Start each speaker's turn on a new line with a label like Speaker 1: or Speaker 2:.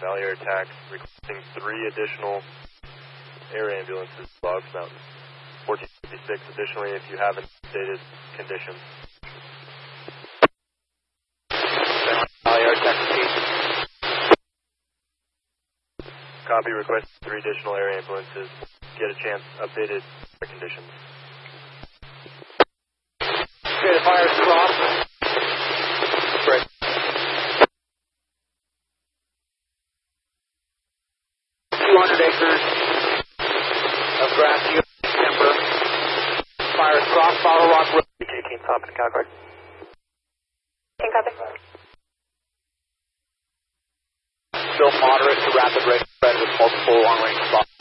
Speaker 1: Valley Air Attack requesting three additional air ambulances to Logs Mountain. 1456. Additionally, if you have an stated condition.
Speaker 2: Valley Air Attack, repeat.
Speaker 1: Copy request three additional air ambulances. Get a chance updated conditions.
Speaker 2: Okay, the fire's crossed. Break. Two hundred acres of grass you timber. Fire is crossed, Bottle Rock Road. Team Thompson, Calgary.
Speaker 3: Can copy.
Speaker 2: Still moderate to rapid rate of spread with multiple long range spots.